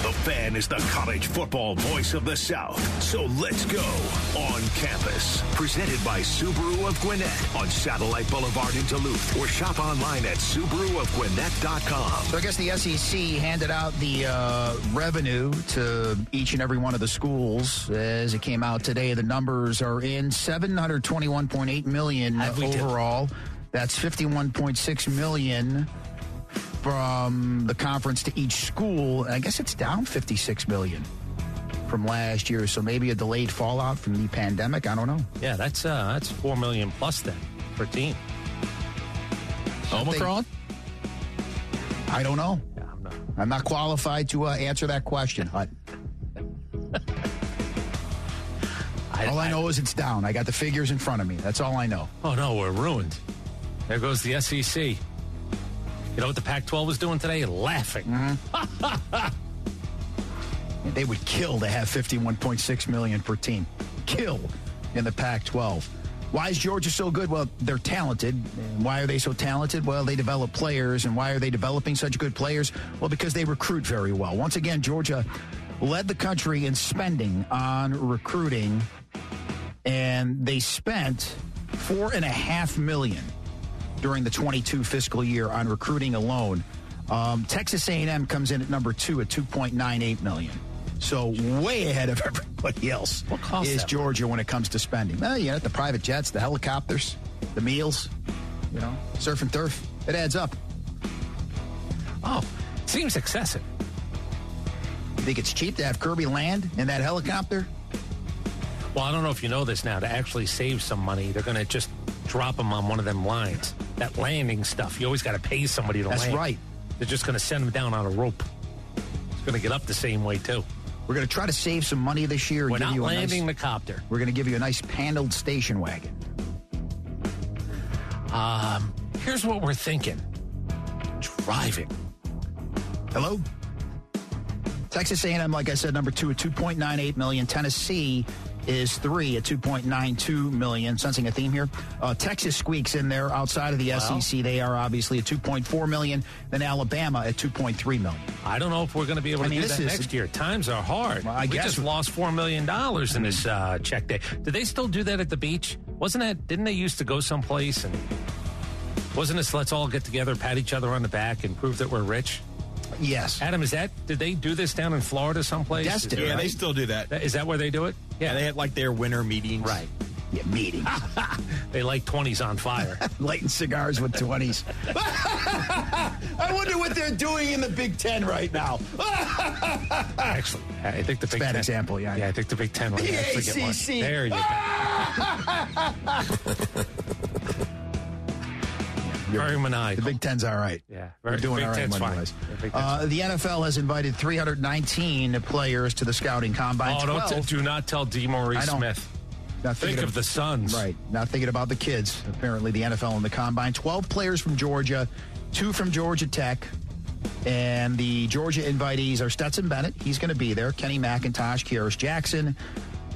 The fan is the college football voice of the South. So let's go on campus. Presented by Subaru of Gwinnett on Satellite Boulevard in Duluth or shop online at SubaruofGwinnett.com. So I guess the SEC handed out the uh, revenue to each and every one of the schools as it came out today. The numbers are in 721.8 million Have we did- overall. That's 51.6 million from the conference to each school. And I guess it's down 56 million from last year. So maybe a delayed fallout from the pandemic. I don't know. Yeah, that's uh, that's four million plus then per team. Omicron? I don't know. Yeah, I'm not. I'm not qualified to uh, answer that question, Hut. All I know is it's down. I got the figures in front of me. That's all I know. Oh no, we're ruined. There goes the SEC. You know what the Pac-12 was doing today? Laughing. Mm-hmm. They would kill to have 51.6 million per team. Kill in the Pac-12. Why is Georgia so good? Well, they're talented. And why are they so talented? Well, they develop players. And why are they developing such good players? Well, because they recruit very well. Once again, Georgia led the country in spending on recruiting, and they spent four and a half million during the 22 fiscal year on recruiting alone. Um, Texas A&M comes in at number two at 2.98 million. So way ahead of everybody else What cost is that? Georgia when it comes to spending. Well, you know, the private jets, the helicopters, the meals, you know, surf and turf. It adds up. Oh, seems excessive. You think it's cheap to have Kirby land in that helicopter? Well, I don't know if you know this now. To actually save some money, they're going to just drop them on one of them lines. That landing stuff. You always got to pay somebody to That's land. right. They're just going to send them down on a rope. It's going to get up the same way too. We're going to try to save some money this year. and We're give not you a nice- landing the copter. we're going to give you a nice paneled station wagon. Here's what we're thinking. Driving. Hello? Texas A&M, like I said, number two at 2.98 million. Tennessee is three at 2.92 million. Sensing a theme here. Uh, Texas squeaks in there outside of the SEC. They are obviously at 2.4 million. Then Alabama at 2.3 million. I don't know if we're going to be able to I mean, do this that is- next year. Times are hard. Well, I we guess- just lost four million dollars in this uh, check day. Did they still do that at the beach? Wasn't that? Didn't they used to go someplace and? Wasn't this? Let's all get together, pat each other on the back, and prove that we're rich. Yes. Adam, is that? Did they do this down in Florida someplace? Destin. Is Yeah, that- they still do that. Is that where they do it? Yeah, they had like their winter meetings. Right. Yeah, meetings. They light twenties on fire. Lighting cigars with 20s. I wonder what they're doing in the Big Ten right now. actually, I think the Big bad Ten, example, yeah. I think the Big Ten. Would The actually get one. ACC. There you go. Very The maniacal. Big Ten's all right. Yeah, We're very- doing Big all right Ten's fine. money-wise. Yeah, Big Ten's Uh, the NFL has invited 319 players to the scouting combine. Oh, don't 12 t- do not tell D. Maurice I don't- Smith. not Think thinking of the Suns. Right. Not thinking about the kids. Apparently, the NFL and the combine. 12 players from Georgia, two from Georgia Tech. And the Georgia invitees are Stetson Bennett. He's going to be there. Kenny McIntosh, Kyrus Jackson,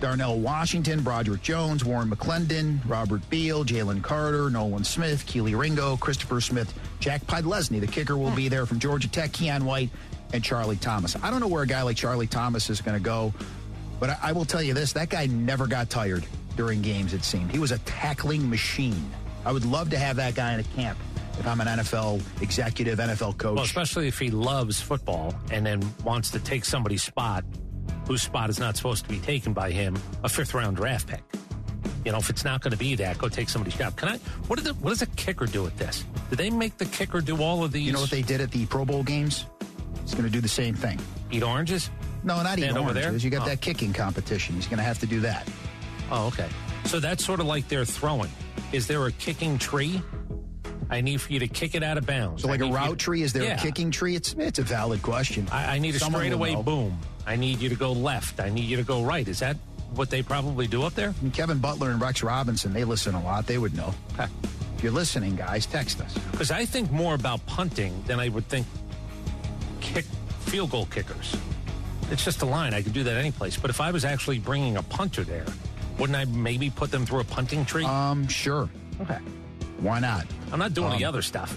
Darnell Washington, Broderick Jones, Warren McClendon, Robert Beal, Jalen Carter, Nolan Smith, Keely Ringo, Christopher Smith, Jack Podlesny. The kicker will be there from Georgia Tech, Keon White, and Charlie Thomas. I don't know where a guy like Charlie Thomas is going to go. But I, I will tell you this: that guy never got tired during games. It seemed he was a tackling machine. I would love to have that guy in a camp if I'm an NFL executive, NFL coach. Well, especially if he loves football and then wants to take somebody's spot, whose spot is not supposed to be taken by him, a fifth round draft pick. You know, if it's not going to be that, go take somebody's job. Can I? What did the, what does a kicker do with this? Do they make the kicker do all of these? you know what they did at the Pro Bowl games? He's going to do the same thing. eat oranges? No, not even Stand over oranges. there? You got Oh. that kicking competition. He's going to have to do that. Oh, okay. So that's sort of like they're throwing. Is there a kicking tree? I need for you to kick it out of bounds. So, like I a need for you route to- tree, is there Yeah. a kicking tree? It's it's a valid question. I, I need a Someone will straightaway know. boom. I need you to go left. I need you to go right. Is that what they probably do up there? And Kevin Butler and Rex Robinson, they listen a lot. They would know. if you're listening, guys, text us. Because I think more about punting than I would think kick field goal kickers. It's just a line. I could do that any place. But if I was actually bringing a punter there, wouldn't I maybe put them through a punting tree? Um, sure. okay. Why not? I'm not doing Um, the other stuff.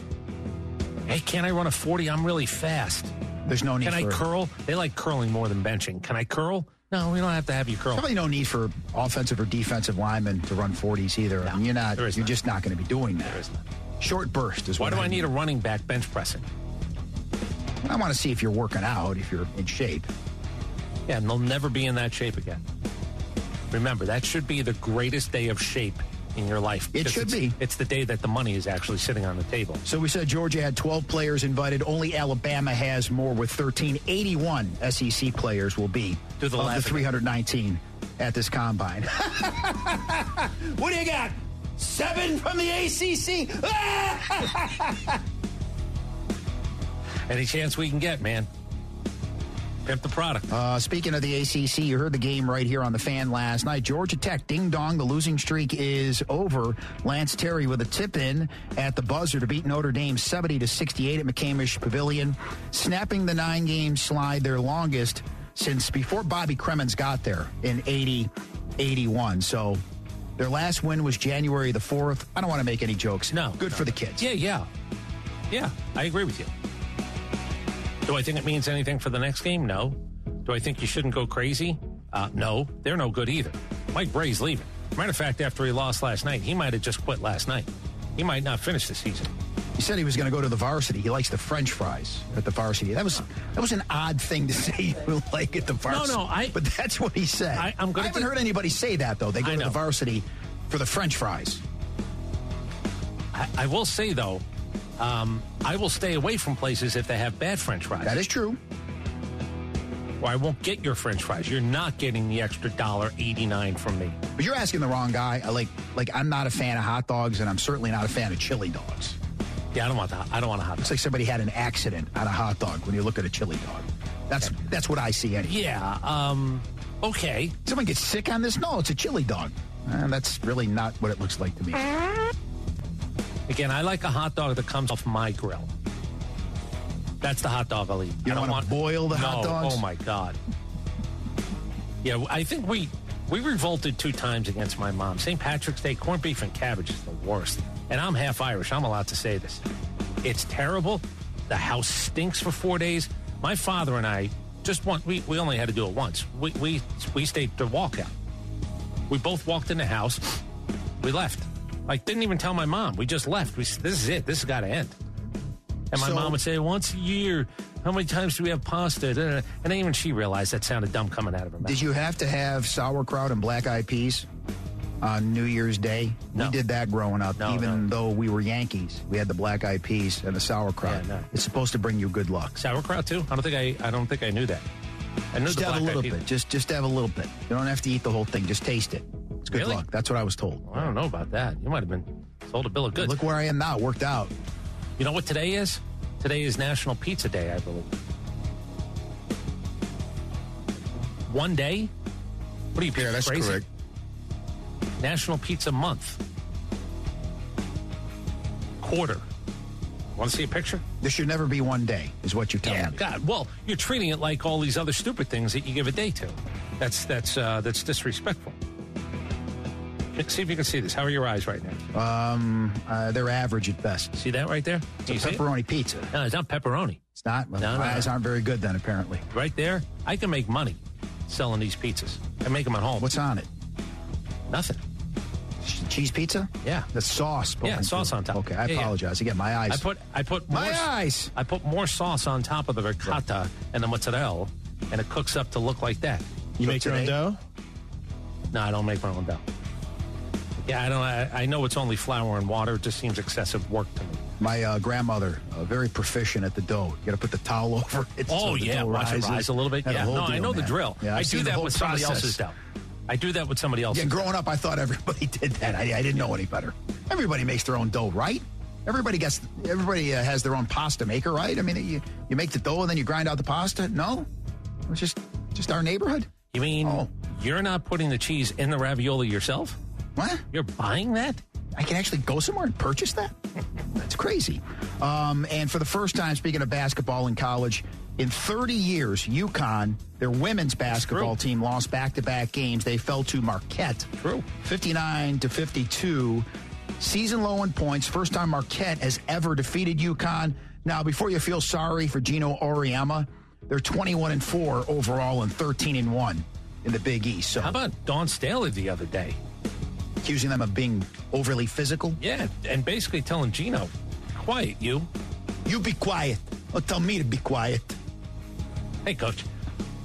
Hey, can I run a 40? I'm really fast. There's no need Can I for curl? They like curling more than benching. Can I curl? No, we don't have to have you curl. probably no need for offensive or defensive linemen to run 40s either. I mean, you're not. there You're is none. just not going to be doing that. Short burst is Why what do I need a running back bench pressing? A- I want to see if you're working out, if you're in shape. Yeah, and they'll never be in that shape again. Remember, that should be the greatest day of shape in your life. It because should it's- be. It's the day that the money is actually sitting on the table. So we said Georgia had 12 players invited. Only Alabama has more with 13. 81 SEC E players will be Do the of laugh the again. 319 at this combine. what do you got? Seven from the ACC. Any chance we can get, man. Pimp the product. Uh, speaking of the ACC, you heard the game right here on the fan last night. Georgia Tech, ding dong, the losing streak is over. Lance Terry with a tip in at the buzzer to beat Notre Dame 70 to 68 at McCamish Pavilion, snapping the nine game slide, their longest since before Bobby Kremens got there in 80 81. So their last win was January the 4th. I don't want to make any jokes. No, Good no. for the kids. yeah, yeah. Yeah, I agree with you. Do I think it means anything for the next game? No. Do I think you shouldn't go crazy? Uh, no, they're no good either. Mike Bray's leaving. Matter of fact, after he lost last night, he might have just quit last night. He might not finish the season. He said he was going to go to the varsity. He likes the French fries at the varsity. That was that was an odd thing to say. You like at the varsity? no, I- But that's what he said. I- I'm gonna haven't do- heard anybody say that though. They go I to the know. varsity for the French fries. I, I will say though, um, I will stay away from places if they have bad French fries, That is true. or I won't get your French fries. You're not getting the extra dollar eighty nine from me. But you're asking the wrong guy. I like like I'm not a fan of hot dogs, and I'm certainly not a fan of chili dogs. Yeah, I don't want that. I don't want to hot It's dog. like somebody had an accident on a hot dog when you look at a chili dog. That's that's what I see. Anyway. Yeah. Um, okay. Someone gets sick on this? No, it's a chili dog. Eh, that's really not what it looks like to me. Again, I like a hot dog that comes off my grill. That's the hot dog I'll eat. You don't I don't wanna want boil the no, hot dogs? Oh my god. Yeah, I think we we revolted two times against my mom. St. Patrick's Day corned beef and cabbage is the worst. And I'm half Irish. I'm allowed to say this. It's terrible. The house stinks for four days. My father and I just want we, we only had to do it once. We we we stayed to walk out. We both walked in the house. We left. Like, didn't even tell my mom. We just left. We, s- this is it. This has got to end. And my So- mom would say, once a year, how many times do we have pasta? Da, da, da. And even she realized that sounded dumb coming out of her mouth. Did you have to have sauerkraut and black eyed peas on New Year's Day? No. We did that growing up. No, Even no. though we were Yankees, we had the black eyed peas and the sauerkraut. Yeah, no. It's supposed to bring you good luck. Sauerkraut too? I don't think I. I don't think I knew that. I knew Just the have a black little eyed peas. bit. Just just have a little bit. You don't have to eat the whole thing. Just taste it. It's good Really? luck. That's what I was told. I don't know about that. You might have been sold a bill of goods. Look where I am now. It Worked out. you know what today is? Today is National Pizza Day, I believe. One day? What are you? Yeah, that's crazy? correct. National Pizza Month. Quarter. Want to see a picture? Oh, There should never be one day, is what you're telling me. God, well, you're treating it like all these other stupid things that you give a day to. That's that's uh, that's disrespectful. See if you can see this. How are your eyes right now? Uh, they're average at best. See that right there? Do you It's see a it? pepperoni pizza. No, it's not pepperoni. It's not. Well, No, no, my no. eyes aren't very good then, apparently. Right there, I can make money selling these pizzas. I make them at home. What's on it? nothing? Cheese pizza? Yeah. The sauce. poking Yeah, sauce through. on top. Okay, I Yeah, yeah. apologize. Again, my eyes. I put I put My more, eyes! I put more sauce on top of the ricotta and the mozzarella, and it cooks up to look like that. You make your own today- dough? No, I don't make my own dough. Yeah, I don't. I, I know it's only flour and water. It just seems excessive work to me. My uh, grandmother, uh, very proficient at the dough. You got to put the towel over it. Oh so the yeah, dough watch rises. it rise a little bit. Had Yeah, whole no, I deal, know the man. drill. Yeah, I I've do seen the that whole with somebody process. else's dough. I do that with somebody else's. Yeah, growing up, I thought everybody did that. I, I didn't know any better. Everybody makes their own dough, right? Everybody gets. Everybody uh, has their own pasta maker, right? I mean, you you make the dough and then you grind out the pasta. No, it's just just our neighborhood. You mean Oh. you're not putting the cheese in the ravioli yourself? What? You're buying that? I can actually go somewhere and purchase that? That's crazy. Um, and for the first time, speaking of basketball in college, In 30 years, UConn, their women's basketball team, lost back-to-back games. They fell to Marquette, True. 59 to 52. Season low in points. First time Marquette has ever defeated UConn. Now, before you feel sorry for Gino Oriama, they're 21 and four overall and 13 and one in the Big East. So, How about Dawn Staley the other day? accusing them of being overly physical. Yeah, and basically telling Gino, quiet you. You be quiet. Or tell me to be quiet. Hey, coach,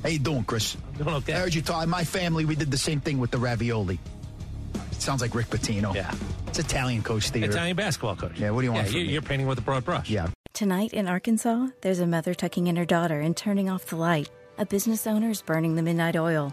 How you doing, Chris? I'm doing okay. I heard you talk. My family, we did the same thing with the ravioli. It sounds like Rick Pitino. Yeah. It's Italian coach theater. Italian basketball coach. Yeah, what do you want Yeah, from you- me? you're painting with a broad brush. Yeah. Tonight in Arkansas, there's a mother tucking in her daughter and turning off the light. A business owner is burning the midnight oil.